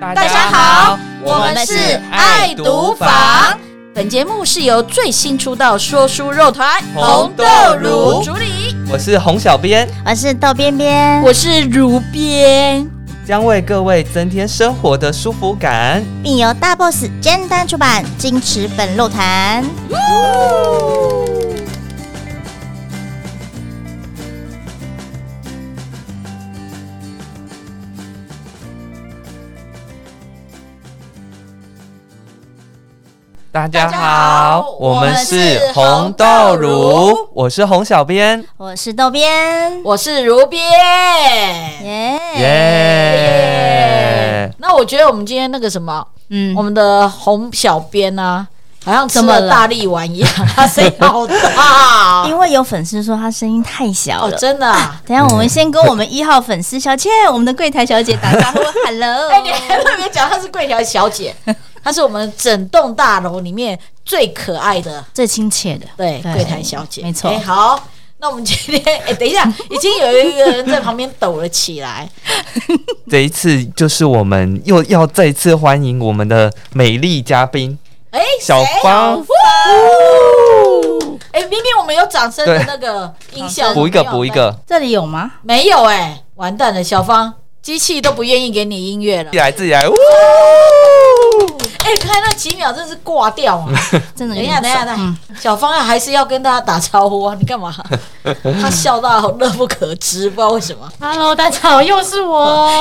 大大家好，我我们们是是爱爱读读房房。本节目是由最新出道说书肉团红豆乳主理，我是洪小编，我是豆边边，我是如边。将为各位增添生活的舒服感。并由大 boss 简单出版《金池粉肉谈》。大家大家好好，我们是我们是红红豆豆乳乳，我是洪小编，我是豆边，我是如边。耶、哎耶！那我觉得我们今天那个什么，嗯我们的红小编呢、啊，好像吃怎么了了大力丸一样，他声音好 大因为有粉丝说他声音太小哦，了。真的、 啊。等一下，我们先跟我们一号粉丝小倩，我们的柜台小姐打招呼，Hello，哎、你还特别讲她是桂条小姐，她是我们整栋大楼里面最可爱的最亲切的，对对柜台小姐，没错哎好，那我们今天 哎、等一 下，已经有一个人在旁边抖了起来。这一次就是我们又要再次欢迎我们的美丽嘉宾哎、小谁芳哎、明明我们有掌声的对那个音效，补一个哦没有补一，个，这里有吗？没有哎、完蛋了，小芳，机器都不愿意给你音乐了自己。来自己来，呜！哎、看那几秒真是挂掉 啊！真的等有一点嗯下，等一下，少等一下，小芳啊，还是要跟大家打招呼啊！你干嘛？ 他笑到乐不可支，不知道为什么。 Hello，大家好，又 是我。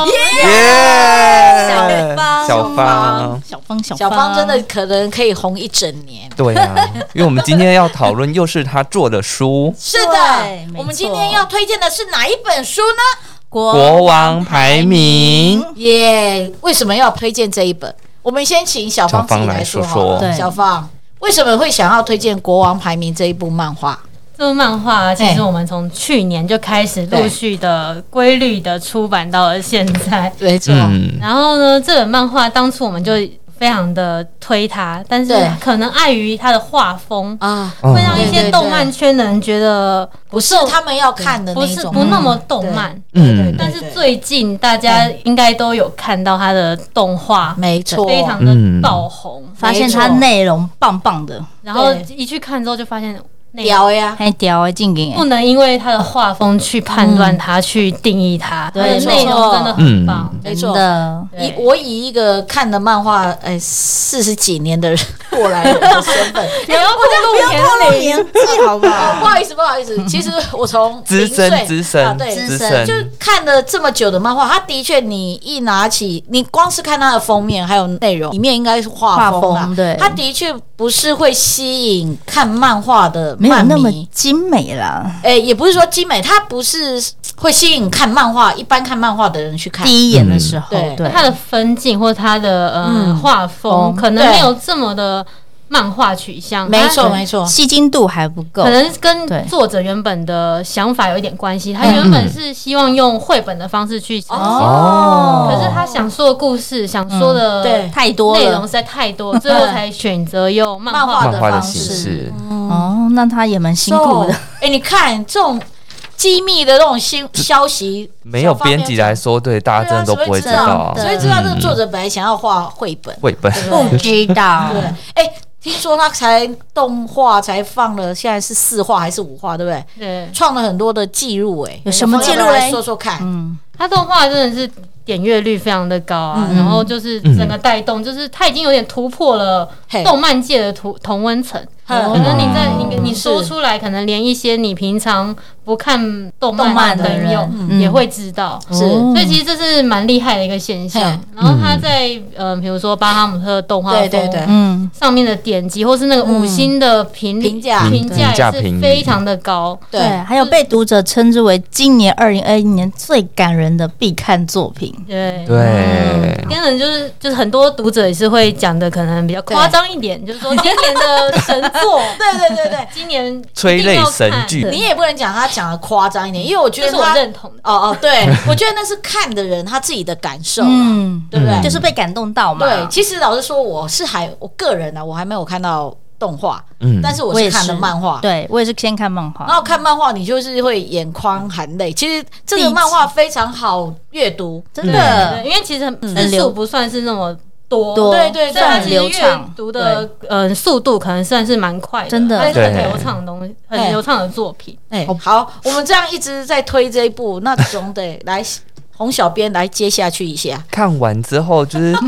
耶小芳小芳，小芳，小小芳真的可能可以红一整年。对啊，因为我们今天要讨论又是他做的 书是的对，没我们错今天要推荐的是哪一本书呢？ 《国国王排名》。耶、为什么要推荐这一本？我们先请小芳小芳自己来来说说好说了对小芳，为什么会想要推荐《国王排名》这一部漫画？这部漫画其哎实我们从去年就开始对陆续的规律的出版到了现在。没错嗯，然后呢，这本漫画当初我们就非常的推它，但是对可能碍于它的画风，啊，嗯会让一对对些动漫圈的人觉得不是他们要看的那不一是种，不那么动漫。嗯但是最近大家应该都有看到它的动画，没错，非常的爆红。发现它内容棒棒的，然后对一去看之后就发现内容屌呀！还屌哎，静给不能因为他的画风去判断他、去定义他，对他的内容真的很棒。没真错，的，对以我以一个看的漫画，哎，四十几年的人过来人的身 份，哎不要透露年龄，纪好不 哦不？好意思，不好意思，其实我从资零岁深资啊深对资资深，就看了这么久的漫画，它的确，你一拿起，你光是看它的封面还有内容，里面应该是画风画啦风，对它的确不是会吸引看漫画的没有漫那么迷，精美啦，哎，也不是说精美，它不是会吸引看漫画一般看漫画的人去看，第一眼的时候，嗯对，他的分镜或他的呃嗯画风风可能对没有这么的漫画取向，没他错没错，吸睛度还不够可，能跟对作者原本的想法有一点关系。他原本是希望用绘本的方式去呈现，哦可是他想说的故事、想说的嗯对太多内容实了。在太 多，最后才选择用漫漫画画漫的画的方形式式，哦，那他也蛮辛苦的哎。、诶你看这种机密的这种新消息，没有编辑来说，对大家对真啊，的都不会知谁知道道嗯真的所以知道这个作者本来想要画绘本，绘本。 对不知道对，哎、听说他才动画才放了，现在是四画还是五画，对不对？对。创了很多的记录，哎，有什么记录嘞要不要来说说看，嗯，他动画真的是点阅率非常的高啊，嗯然后就是嗯整个带动，就是他已经有点突破了嘿动漫界的同同温层。嗯可能你在哦你你说出来，可能连一些你平常不看动动漫漫的的朋友人也会知道。嗯是哦所以其实这是蛮厉害的一个现象嘿。然后他在呃，比如说巴哈姆特动画对风对对，嗯，上面的点击，或是那个五星的评评价评评价价也评是语非常的高。对，对，还有被读者称之为今年二零二一年最感人的必看作品。对对，啊跟人就是就是很多读者也是会讲的，可能比较夸张一点，就是说今年的神作， 对对对对，今年一定要 看催泪神剧，对你也不能讲他讲的夸张一点，因为我觉这得是我他，认同的。哦哦，对，我觉得那是看的人他自己的感受啊，嗯，对不对？嗯就是被感动到嘛。啊对，其实老实说，我是还我个人呢、啊，我还没有看到动画，嗯，但是我我是也看了漫画。对我也是先看漫画然，后看漫画，你就是会眼眶含泪。其实这第个一漫画非常好阅读，真对，的因为其实很字流数不算是那么多，多对对所以它算其流实阅畅读的呃速度可能算是蛮快的，真的它是很对流畅的东西，对很流畅的作品。哎、好，我们这样一直在推这一 部，那总得来洪小编来接下去一下。看完之后就是。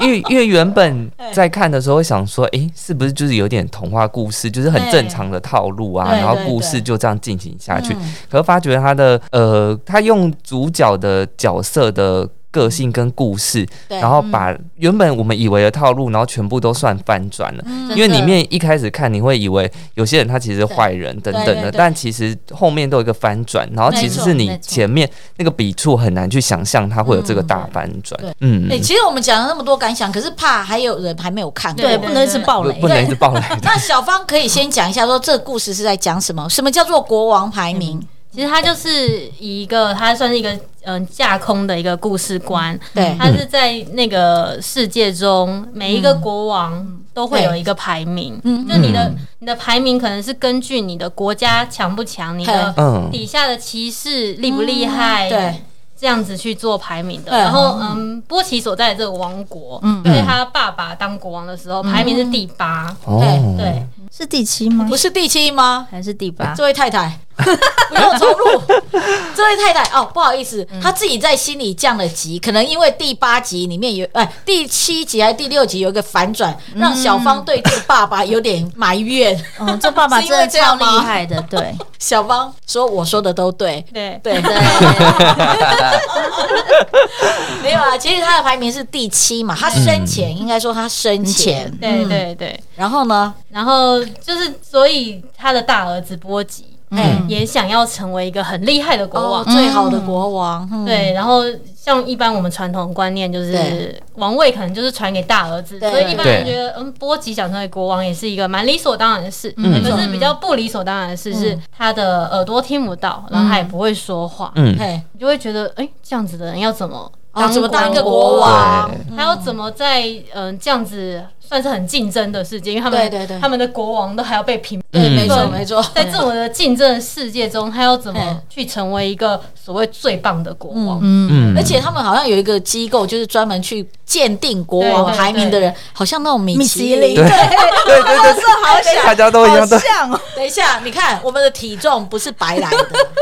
因为因为原本在看的时候会想说，诶，是不是就是有点童话故事，就是很正常的套路啊，对然后对故对事就这样进行下去。嗯可是发觉他的呃，他用主角的角色的个性跟故事，对嗯然后把原本我们以为的套路，然后全部都算翻转了。因为里面一开始看你会以为有些人他其实是坏人等等嗯对对的，对但其实后面都有一个翻转，然后其实是没错你没错前面那个笔触很难去想象它会有这个大翻转对。嗯哎、，其实我们讲了那么多感想，可是怕还有人还没有看过。对，对不能一直暴不雷不。能一直 爆雷。那小芳可以先讲一下，说这个故事是在讲什么？什么叫做国王排名？嗯其实它就是以一个，它算是一个嗯、架空的一个故事观，对它是在那个世界中每一个国王都会有一个排名，嗯就你的你的排名可能是根据你的国家强不强，你的嗯，底下的骑士厉不厉害，对，这样子去做排名的。嗯对然后嗯，波奇所在的这个王国，嗯，所以他爸爸当国王的时候排名是第八，哦，对，是第七吗不？是第七吗？还是第八？这位太太， 不要冲入。这位太太哦，不好意思，她自己在心里降了级，可能因为第八集里面有，哎，第七集还是第六集有一个反转，让小芳对这个爸爸有点埋怨。哦，这 爸爸真的超厉害的，对 小芳说：“我说的都对。”对对，对， 没有啊，其实他的排名是第七嘛，他生前、应该说他生前，对嗯对对。然后呢，然后就是，所以他的大儿子波吉。哎也想要成为一个很厉害的国王哦，，最好的国王，嗯，对，然后像一般我们传统观念就是对王位可能就是传给大儿子，对所以一般人对觉得嗯，波吉想成为国王也是一个蛮理所当然的事。嗯可是比较不理所当然的事嗯是他的耳朵听不到，然后他也不会说话，嗯，嘿，你就会觉得哎，这样子的人要怎么哦，怎么当一个国国王？对他要怎么在嗯这样子算是很竞争的世界，因为他们对对对他们的国王都还要被评对，没错嗯没错，在这么的竞争的世界中，他要怎嗯么去成为一个所谓最棒的国王？嗯，嗯，而且他们好像有一个机构，就是专门去鉴定国王对对排名的人，好像那种米米其其林 林，。对对对，好想大家都一样，对，像哦，等一下，你看我们的体重不是白来的，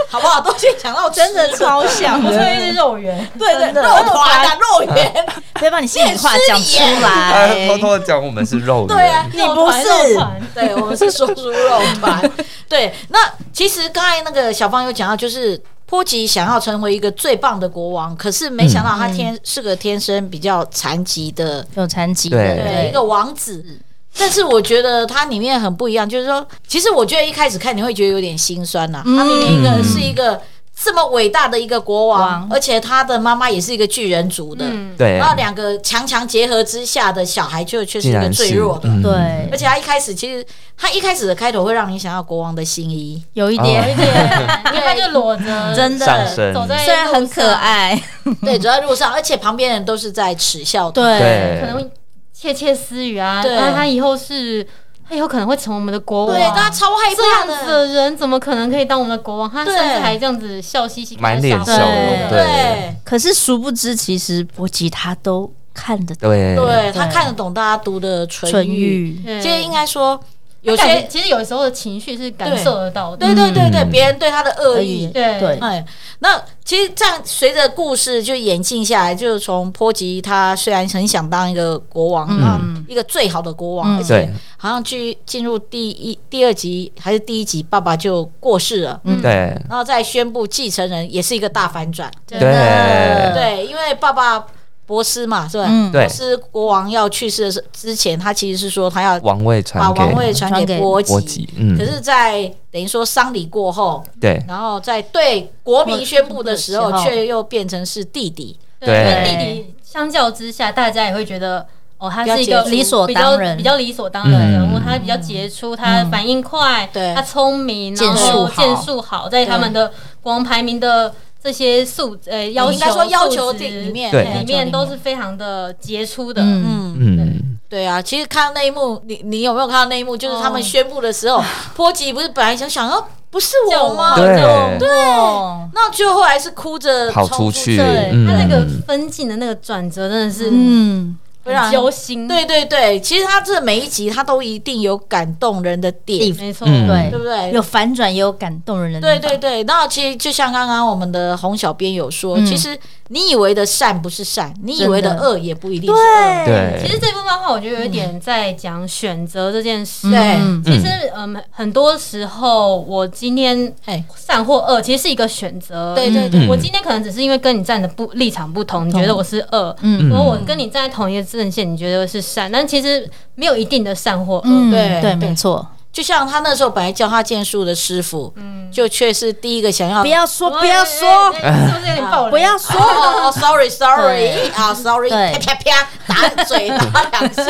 好不好？都先想到真的吃超像嗯 我的，吹是肉圆，对对 真的肉团啊，肉圆，别把你心里话讲出哎 来。偷偷的讲我们是肉对啊人，，你不是肉团对，我们是说猪肉饭。 对，那其实刚才那个小芳有讲到，就是波吉想要成为一个最棒的国王，可是没想到嗯他天、是个天生比较残疾的有残疾，对对一个王子。但是我觉得它里面很不一样，就是说，其实我觉得一开始看你会觉得有点心酸呐、他明明一个嗯是一个这么伟大的一个国王王，而且他的妈妈也是一个巨人族的，嗯，对然，后两个强强结合之下的小孩就却是竟一个然最是弱的。嗯对而且他一开始其实他一开始的开头会让你想要国王的新衣，有一哦点，对，因为他就裸着，真上的，身走在虽然很可爱，对，走在路上，而且旁边人都是在耻笑他。对，路上，可能会窃窃私语啊，对那他以后是，他以后可能会成为我们的国王。啊对，大家超害这怕样子的。的人怎么可能可以当我们的国王？他甚对至还这样子笑嘻嘻，满脸跟笑他容，对，对对可是殊不知，其实波吉他都看得懂对对，他看得懂大家读的唇唇语，语，对其实应该说有有些些其实有时候的情绪是感受得到的对。对对对，嗯别人对他的恶意对。对对哎，那其实这样随着故事就演进下来，就是从波吉他虽然很想当一个国王，嗯，一个最好的国王，嗯而且对好像去进入第一、第二集还是第一集，爸爸就过世了，嗯，对然后再宣布继承人，也是一个大反转。对对真的对，因为爸爸博斯嘛，是吧？嗯对博斯国王要去世的时之前，他其实是说他要王位把传给王位传传给给波国吉籍，，嗯可，是，在等于说丧礼过后，对然后在对国民宣布的时候国，民宣布的时候却又变成是弟弟。嗯对跟弟弟相较之下，大家也会觉得。哦，他是一个比较杰出比较理所当然比较理所当然的人物，嗯他比较杰出，他反应快，对他聪明，剑然术后好剑术好，在他们的国王排名的这些素呃要应求该说要求素质里面，对里面都是非常的杰出的。嗯嗯，嗯，对啊，其实看到那一幕，你你有没有看到那一幕？就是他们宣布的时候，波吉不是本来想想要不是我吗？对哦对，那就后来是哭着跑冲出去，对嗯，他那个分镜的那个转折真的是嗯，不然很揪心，对对对，其实他这每一集他都一定有感动人的地点，方没错，嗯对对不对？有反转，也有感动人的对地对方。对，那其实就像刚刚我们的洪小编有说，嗯其实你以为的善不是善，你以为的真的恶也不一定是恶。对其实这部漫画我觉得有一点在讲选择这件事。对嗯其实，嗯，很多时候我今天哎，善或恶，其实是一个选择。对对嗯对，我今天可能只是因为跟你站的不立场不同，你觉得我是恶，嗯如果我跟你站在同一个阵线，你觉得是善，但其实没有一定的善或恶。嗯，对对，对没错。就像他那时候本来教他剑术的师傅，就却是第一个想要嗯不要说，不哎要说，哎哎是不 是有点暴力？不要说。哦，sorry sorry 对啊，sorry，对啪啪啪， 打嘴打两下。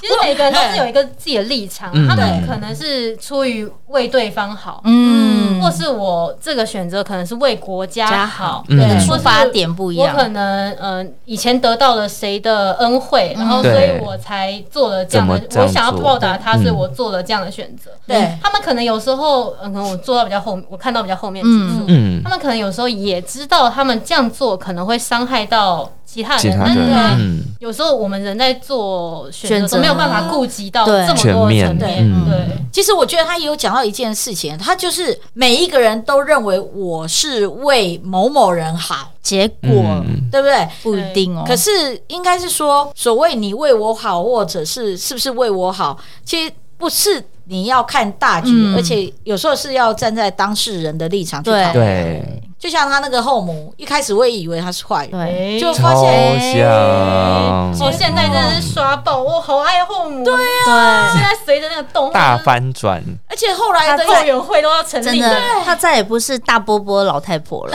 其实每个人都是有一个自己的立场，嗯他们可能是出于为对方好，嗯，或是我这个选择可能是为国家好，嗯对，出或发是点不一我样。可能嗯、呃以前得到了谁的恩惠，然后嗯对所以我才做了这样的怎么，这样我想要做报答他，嗯所以我做了这样的选择。对他们可能有时候，嗯，可能我做到比较后，我看到比较后面，嗯嗯，嗯他，们可能有时候也知道，他们这样做可能会伤害到其他人，其他但是人，呢嗯，有时候我们人在做选择的时候选择没有办法顾及到对这么多的层面，全面对对，其实我觉得他也有讲到一件事情，他就是每一个人都认为我是为某某人好，结果嗯对不对？不一定哦。可是应该是说，所谓你为我好，或者是是不是为我好，其实不是你要看大局，嗯而且有时候是要站在当事人的立场去对考。对，就像他那个后母，一开始我也以为他是坏人，对，哎就发超现像我哎哦现在真的是刷爆，我好爱后母。对呀、现在随着那个动啊大翻转，而且后来的后援会都要成真立，的，她再也不是大波波老太婆了。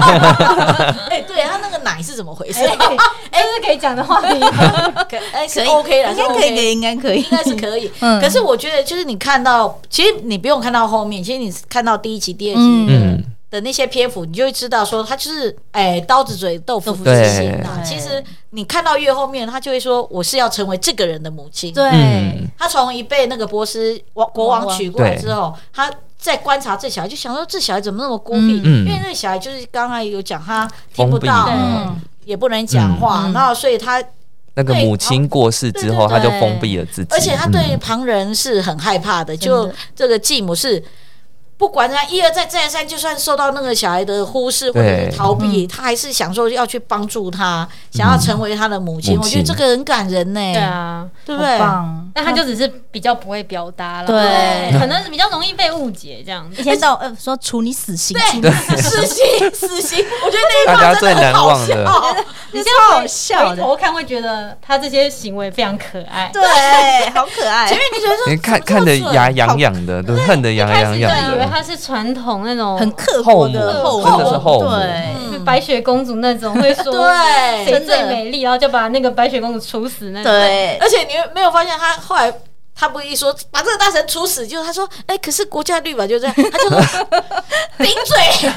哎、对他那个奶是怎么回事？ 哎，哎这是可以讲的话 题。可哎、是 OK 的，应是该可以，可 OK 以，应该可以应。该是可以。嗯可是我觉得，就是你看到，其实你不用看到后面，其实你看到第一集、第二集。嗯嗯，的那些篇幅，你就会知道说他就是哎、刀子嘴豆腐对心啊。对其实你看到越后面，他就会说我是要成为这个人的母亲。对嗯，他从一被那个波斯王国王娶过来之后，他在观察这小孩，就想说这小孩怎么那么孤僻？嗯嗯因为那小孩就是刚才有讲他听不封闭到，对嗯也不能讲话，嗯然后所以他那个母亲过世之后，对他对对就封闭了自己，而且他对嗯旁人是很害怕的，真的就这个继母是。不管他一而再再而三，就算受到那个小孩的忽视或者对是逃避，他还是想说要去帮助他，想要成为他的母亲。母我觉亲得这个很感人呢、对啊，对不好对？棒！但他就只是比较不会表达了，对可能比较容易被误解这样一。天到呃说处你死刑，处你对，死刑死刑，我觉得那一大家段真的最很难好忘的笑。你现在好笑回的头看会觉得他这些行为非常可爱。 对，好可爱前。面你觉得 说你看怎么看这得么蠢牙痒痒的，对，恨得牙开痒始痒就以为的，他是传统那种很刻薄的后母母真的是后母对，嗯白雪公主那种 会说对谁真的最美丽，然后就把那个白雪公主处死那种。对，而且你没有发现他后来他不是一说把这个大臣处死，就是他说哎、可是国家律法就这样，他就说顶嘴。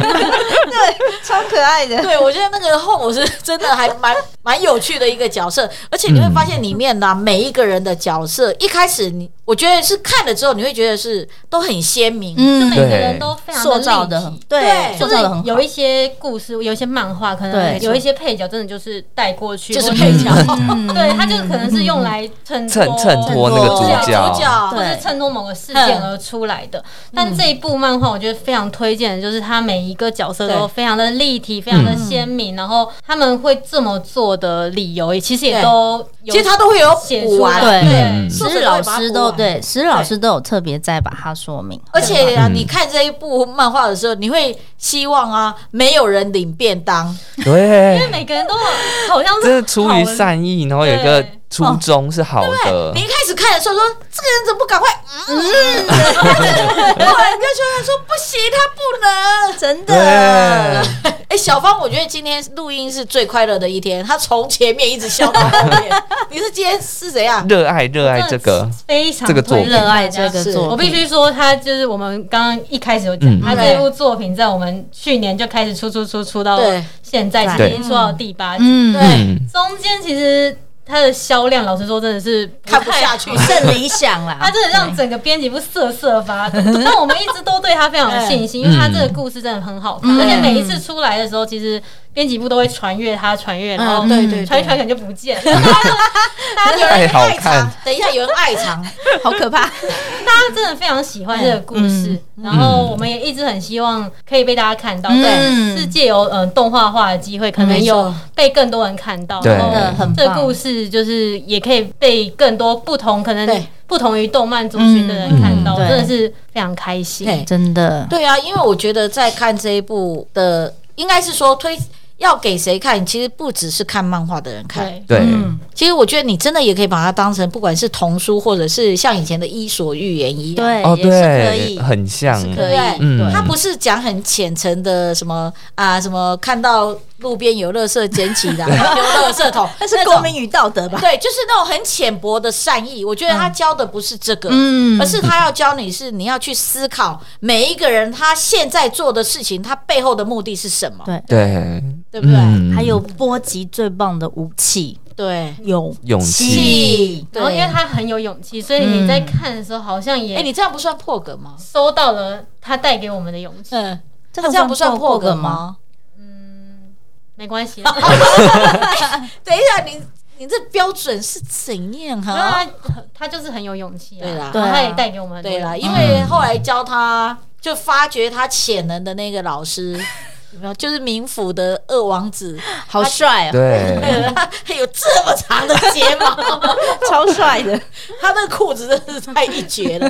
超可爱的。 对，我觉得那个后母是真的还蛮蛮有趣的一个角色，而且你会发现里面呢、每一个人的角色，一开始你我觉得是看了之后，你会觉得是都很鲜明，就嗯每个人都非常塑造的的立很体。对，对塑就是造的很好有一。些故事，有一些漫画，可能对有一些配角真的就是带过去，就是或者配角对，他就可能是用来衬衬哦托衬托那个衬嗯托主哦啊主角，角或对是衬托某个事件而出来的。但这一部漫画，我觉得非常推荐，的就是它每一个角色对都非常的立体，非常的鲜明，然后他们会这么做的理由，也其实也对都有其实他都会有写补啊出来。完，对嗯是石日老师都对，石日老师都有特别在把它说明。而且啊，嗯你看这一部漫画的时候，你会希望啊，没有人领便当，嗯对因为，每个人都好像这是是出于善意，然后有一个对初衷是好的你，一开始看的时候说这个人怎么不赶快，嗯， 后来你就觉得说不行，他不能。真对，哎、小芳，我觉得今天录音是最快乐的一天，她从前面一直笑到后 面。你是今天是怎样？热爱热爱这个，非常这个作品推荐热爱大家这个是作品，我必须说，他就是我们刚刚一开始有嗯讲，他对这部作品在我们去年就开始出出出出到对现在，对今年出到第八集，嗯对嗯，中间其实它的销量，老实说真的是看不太下去好甚理想啦他。真的让整个编辑部瑟瑟发抖。但我们一直都对他非常有信 心，因为嗯他这个故事真的很好看，嗯而且每一次出来的时候，其实编辑部都会传阅他，传阅，然后嗯对对对传一传可能就不见了。 大家就太好爱看藏，， 等一下有人爱 藏，好可怕！大家真的非常喜欢这个故事，嗯然后我们也一直很希望可以被大家看到，嗯对，是借由嗯、呃动画化的机会，可没能错有被更多人看到，对然后真的很棒这个故事就是也可以被更多不同可能对不同于动漫族群的人看到，嗯嗯真的是非常开心。对真的，对啊，因为我觉得在看这一部的，应该是说推要给谁看，其实不只是看漫画的人看，对，对，嗯其实我觉得你真的也可以把它当成，不管是童书，或者是像以前的《伊索寓言》一样。对，哦，也是可以对，，很像，是对可不对以，嗯对它不是讲很浅层的什么啊，什么看到路边有垃圾捡起来丢垃圾桶， 那是那种公民与道德吧？对，就是那种很浅薄的善意。我觉得他教的不是这个，嗯而是他要教你是你要去思考每一个人他现在做的事情，他背后的目的是什么，对对，对不对？嗯还有波及最棒的武器对，勇勇气气，对然后因为他很有勇气，所以你在看的时候好像哎、也你这样不算破格吗？收到了他带给我们的勇气。嗯，这他个这样不算破格格？吗？没关 系，等一下，你你这标准是怎样哈、啊他 他就是很有勇气啊，哦对啦然后他也带给我们很多对啊啦，勇气因为后来教他就发掘他潜能的那个老师， 有没有？就是冥府的二王子，好帅啊，对， 他有这么长的睫毛， 超帅 的，他那个裤子真的是太一绝了。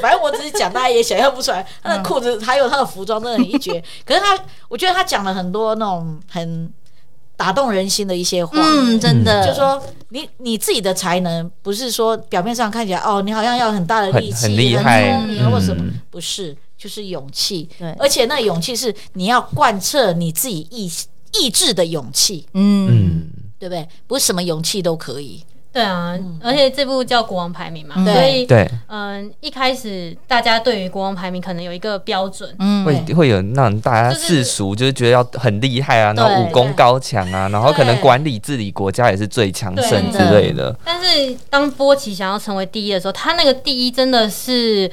反正我只是讲，大家也想象不出来，他的裤子还有他的服装真的很一 绝。可是他，我觉得他讲了很多那种很打动人心的一些话，嗯，真的，就说你你自己的才能，不是说表面上看起来哦，你好像要很大的力很气、很厉害很聪明或什么嗯，不是，就是勇气。对而且那勇气是你要贯彻你自己意意志的勇气，嗯，嗯，对不对？不是什么勇气都可以。对啊，嗯而且这部叫《国王排名》嘛，嗯所以对，嗯，一开始大家对于国王排名可能有一个标准，嗯会会有那种大家就是世俗就是觉得要很厉害啊，然后对武功高强啊，然后可能对管理治理国家也是最强盛之对类的，但是当波奇想要成为第一的时候，他那个第一真的是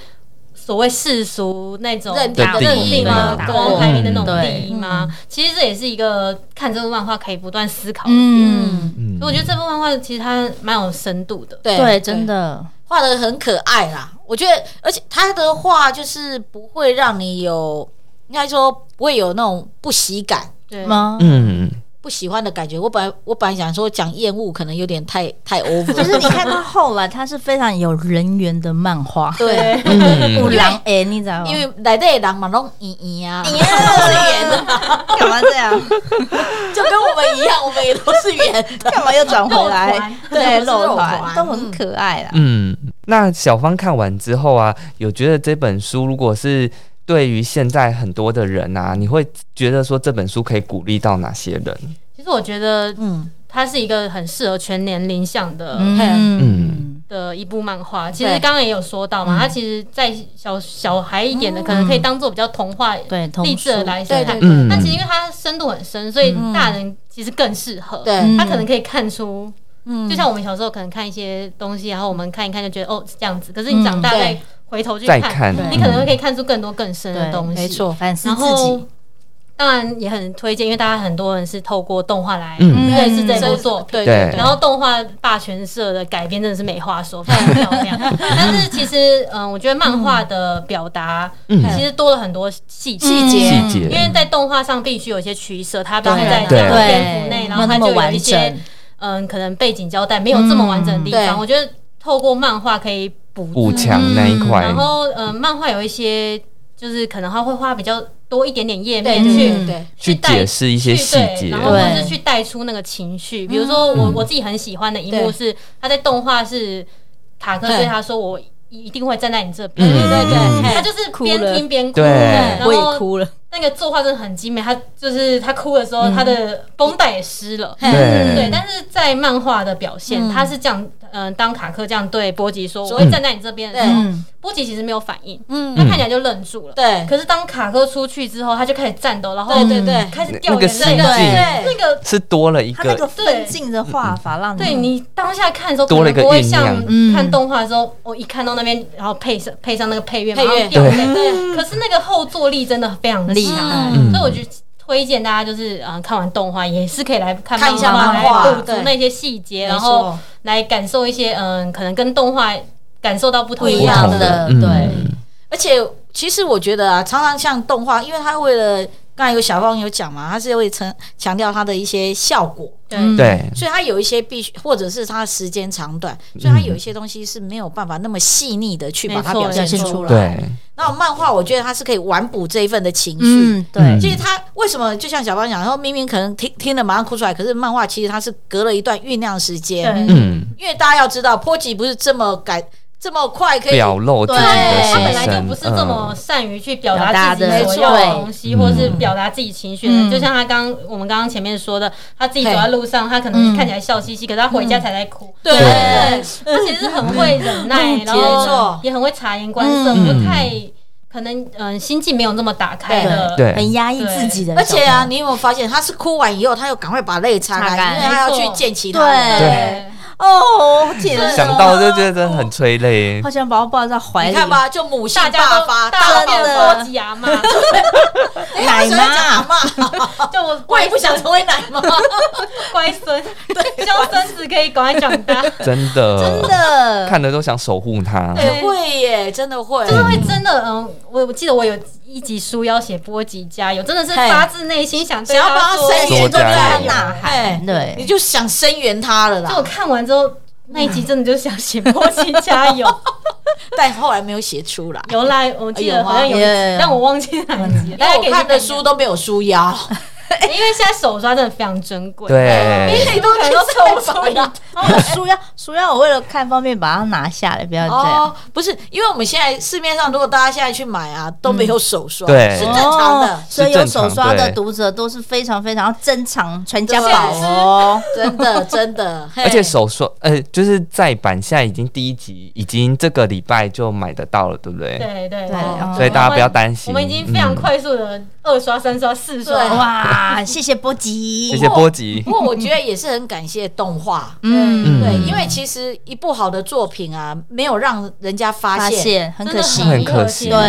所谓世俗那种认的第一认定吗？那国种王排名的那种嗯第一吗？其实这也是一个看这部漫画可以不断思考的点。嗯，嗯所以我觉得这部漫画其实它蛮有深度的。对对，真的，画的很可爱啦。我觉得，而且他的画就是不会让你有，应该说不会有那种不喜感。对，吗？嗯，不喜欢的感觉，我本来我本来想说讲厌恶可能有点太 太 over，就是你看到后来，它是非常有人缘的漫画，对，嗯五郎哎，你知道吗？因为来的人嘛拢圆 圆啊，你是圆的， 干嘛这样？就跟我们一样，我们也都是圆的。干嘛又转回肉来团？ 对，不是肉肉团团都很可爱啦。嗯，那小芳看完之后啊，有觉得这本书如果是对于现在很多的人啊，你会觉得说这本书可以鼓励到哪些人？其实我觉得 嗯，它是一个很适合全年龄向的。嗯嗯，的一部漫画，其实对刚刚也有说到嘛，它其实，在小小孩一点的，可能可以当做比较童话对，童励志的书来生看对。嗯，但其实因为它深度很深，所以大人其实更适合。对，他可能可以看出，嗯就像我们小时候可能看一些东西，然后我们看一看就觉得哦是这样子，可是你长大嗯对再回头去再看，看，对你可能会可以看出更多更深的对东西。没，错，反思然自后己，嗯当然也很推荐，因为大家很多人是透过动画来嗯认识这所部以作品。对对然后动画霸权社的改编真的是没话说，非常漂亮。但是其实，嗯，我觉得漫画的表达嗯其实多了很多细细嗯节细节因为在动画上必须有一些取舍，它不会在这对样的篇幅内，对，然后它那就么有完一些整，嗯，可能背景交代没有这么完整的地嗯对方。我觉得透过漫画可以补。补强那一块，然后，嗯，漫画有一些就是可能它会花比较多一点点页面对嗯去对对去带解释一些去细对节嗯然，后或对是去带出那个情绪。比如说我我自己很喜欢的一对幕是，他在动画是塔克对对他说：“我一定会站在你这嗯边。”对对嗯对，嗯他就是哭边了听边哭，对然我也后哭了。那个作画真的很精美，他就是他哭的时候，他的绷带也湿了。对对，但是在漫画的表现，他是这样，嗯，当塔克这样对波吉说：“我会站在你这边。”的时候，嗯，波吉其实没有反应，嗯他看起来就愣住了。对可是当卡哥出去之后，他就开始战斗，然后嗯对对对开始那掉个眼泪心那了。个境对那个是多了一他那个个，分镜的画法让对你当下看的时候，多了一个可能不会酝像酿嗯看动画的时候，我一看到那边，然后配上配上那个配乐，配乐马上掉泪。对，可是那个后坐力真的非常厉强，害，嗯所以我就推荐大家就是啊、呃看完动画也是可以来看看一下漫漫画来补足对那些细节，然没后错来感受一些嗯、可能跟动画感受到不同不不一样同的嗯、对而且其实我觉得啊，常常像动画，因为它为了刚才有小芳有讲嘛，它是会强强调它的一些效果，对、嗯对，所以它有一些必须，或者是它时间长短，所以它有一些东西是没有办法那么细腻的去把它没错表现表现出出来。来对，那漫画我觉得它是可以完补这一份的情绪。嗯，对嗯，其实它为什么就像小芳讲，然后明明可能听听了马上哭出来，可是漫画其实它是隔了一段酝酿时间，对，嗯，因为大家要知道，波吉不是这么感这么快可以表露自己的他本心来就不是声，这么嗯，善于去表达自己表达的所要的对东西，嗯或是表达自己情绪嗯的。就像他刚我们刚刚前面说的，他自己走在路上，他可能看起来笑嘻嘻，可是他回家才在哭。嗯对对他其实很会忍耐，嗯然没后错也很会察言观色，嗯不太可能嗯、心境没有那么打开的。对很压抑自己的，而且啊，你有没有发现，他是哭完以后，他又赶快把泪擦擦干干，因为他要去见其他没人。错对哦，天哪，想到就觉得很催泪好，想把我抱在怀里，你看吧，就母性大家大都发，大大家爆都发。波及阿妈，奶谁讲阿妈， 妈？就 我我乖也不想成为奶妈。乖孙， 对，希望孙子可以赶快长大，真的，真，的，看了都想守护他，对会耶，真的会。就是会真的，嗯，我我记得我有一集书要写波及加油，真的是嘿发自内心想对想要帮他说伸说援，对不加对？啊油呐喊对你就想声援他了就我啦。看完之后，那一集真的就想写波及加 油。但后来没有写出来，有啦，我记得好像有一有啊集，有但我忘记哪一集因了。大为家可以我看的去一下书，都没有书腰，因为现在手刷真的非常珍贵。，对， 你都可 能都凑出 一样。鼠药鼠药，我为了看方便把它拿下来，不要这样。哦，不是，因为我们现在市面上，如果大家现在去买啊，都没有手刷，对是正常的哦，所以有手刷是正常的对读者都是非常非常珍藏传家对宝哦。真的真的。嘿而且手刷，呃，就是再版现在已经第一集，已经这个礼拜就买得到了，对不对？对对对哦所以大家不要担心，我们已经非常嗯，快速的二刷、三刷、对四刷，哇，谢谢波吉，谢谢波吉不，过我觉得也是很感谢动画，嗯嗯，对，因为其实一部好的作品啊，没有让人家发发现，现很真可的惜，很可惜对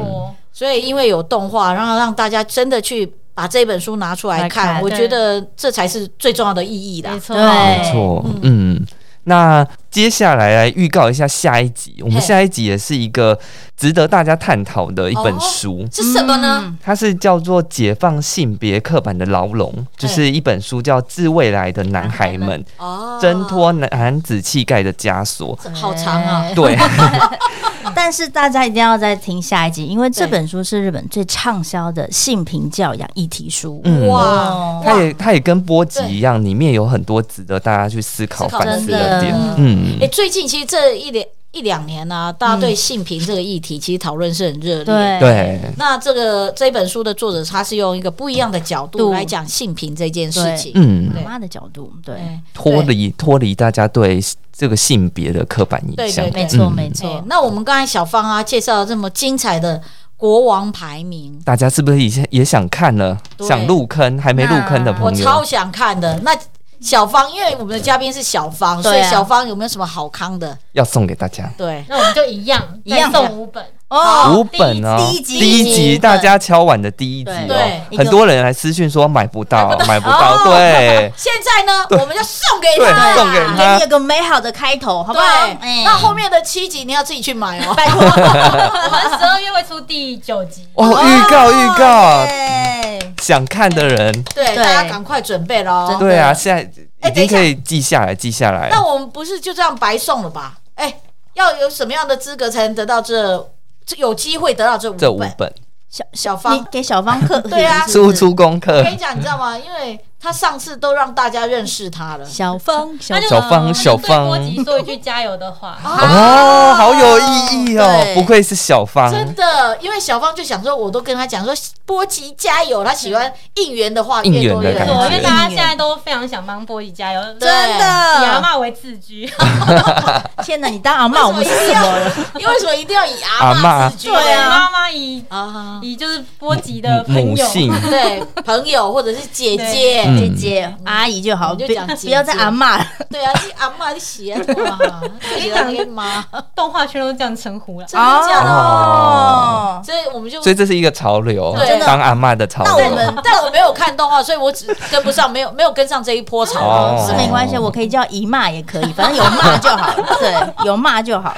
嗯所以因为有动画，然后让大家真的去把这本书拿出来来看，看我对觉得这才是最重要的意义啦没。错，对没错，嗯。那接下来来预告一下下一集，我们嘿下一集也是一个值得大家探讨的一本哦书。是什么呢？嗯它是叫做《解放性别刻板的牢笼》，就是一本书叫《致未来的男孩们：哦，挣脱男子气概的枷锁》。这好长哎啊！ 对，嗯但是大家一定要再听下一集，因为这本书是日本最畅销的性平教养议题书。嗯哇，它也它也跟波及一样，里面有很多值得大家去思考思考反思的的点嗯。嗯哎，，最近其实这一两一两年呢，大家对性平这个议题其实讨论是很热烈的。嗯对，对那这个这本书的作者，他是用一个不一样的角度度来讲性平这件事情。嗯，妈妈的角度，对，哎脱对离脱离大家对这个性别的刻板印象对。对没错嗯没哎错，那我们刚才小芳啊介绍了这么精彩的国王排名，大家是不是以前也想看了，对想入坑还没入坑的我朋超友？想看的。那小芳，因为我们的嘉宾是小芳，所以对啊小芳有没有什么好康的？要送给大家对，那我们就一样，一样再送五本，哦，五本哦，第一第集一第一集集大家敲碗的第一集哦对，对很多人来私讯说买不到，买不到，哦对现在 呢，我们就送给对他，，送给给他你有，个美好的开头，好不对好？，哎那后面的七集你要自己去买哦。拜托，我们十二月会出第九集。哦，预告预告，对想看的人， 对，对大家赶快准备喽真。的对啊，现在哎已经等一下可以记下来，记下来那，我们不是就这样白送了吧？哎，要有什么样的资格才能得到这？这有机会得到这五这五本？本小小你芳，给小芳课，对啊是不输是出功课我跟，你讲，你知道吗？因为他上次都让大家认识他了。小芳，小他就小芳他就小芳对郭吉说一句加油的话，哦，好有意义哦，对不愧是小芳。啊真的，因为小芳就想说，我都跟他讲说波吉加油，他喜欢应援的话越多应援越的对，感好觉因为大家现在都非常想帮波吉加油，对真以阿的，嬷为自居，天哪，你当阿妈我们是什么人？ 因为什么一定要以阿阿妈嬷自居对啊呢？妈妈以啊，以就是波吉的朋母友，性，对，朋友或者是姐姐，嗯姐姐、阿姨就好，我就不讲姐姐不要再阿妈了。对啊，你阿妈你喜欢嘛？喜欢你妈， 动画圈都这样称呼了。真的假的？哦哦，所以我们就所以这是一个潮流对真，的当阿嬷的潮那流我。们但我没有看动画，所以我只跟不上，没有没有跟上这一波潮哦流。是没关系，我可以叫姨妈也可以，反正有骂就好 了。对，有骂就好了。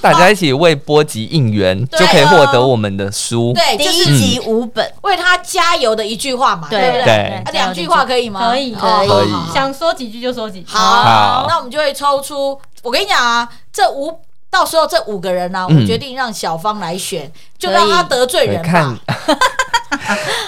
大家一起为波及应援，对就可以获得我们的书。对，第哎就是嗯一集五本，为他加油的一句话嘛，对不对对？对啊两句话可以吗？可以哦可以好好可以好想说几句就说几句。好好，那我们就会抽出。我跟你讲啊，这五到时候这五个人呢、啊，嗯我决定让小芳来选，就可以让他得罪对人看 吧。，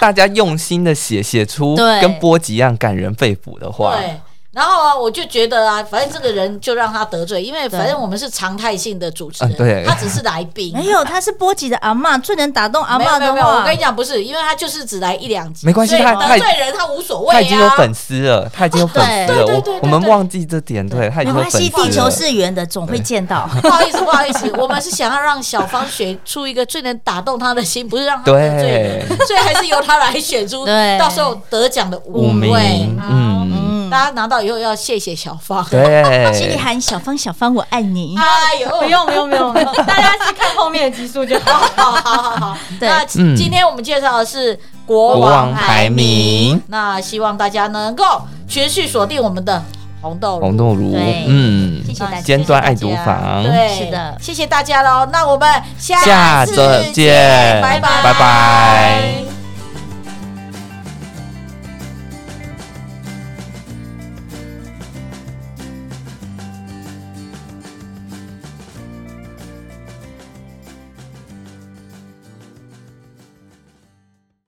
大家用心的写写出对跟波及一样感人肺腑的话。对。然后啊，我就觉得啊，反正这个人就让他得罪，因为反正我们是常态性的主持人，嗯对他只是来宾。没有，她是波吉的阿妈，最能打哎动阿没有妈没有的没有，我话跟。你讲，不是，因为他就是只来一两集，没关系所以他他得罪人他无所谓啊。他已经有粉丝了，啊他已经有粉丝了。对对对我对我们忘记这点，对他已没经有关粉丝系，了。地球是圆的，总会见到。不好意思，不好意思， 我们是想要让小芳选出一个最能打动他的心，不是让他得罪人，所以还是由他来选出对到时候得奖的五五位名。，好嗯，嗯，大家拿到以后要谢谢小芳。心里对，喊小芳，小芳，我爱你。哎呦，不用不用不用，不用大家去看后面的集数就好。好好好 好。对那嗯今天我们介绍的是国国王王排排名名，那希望大家能够持续锁定我们的红豆红豆乳对，嗯谢，谢大家尖。端爱读房，对，是的谢谢大家喽。那我们下下次周见拜拜拜拜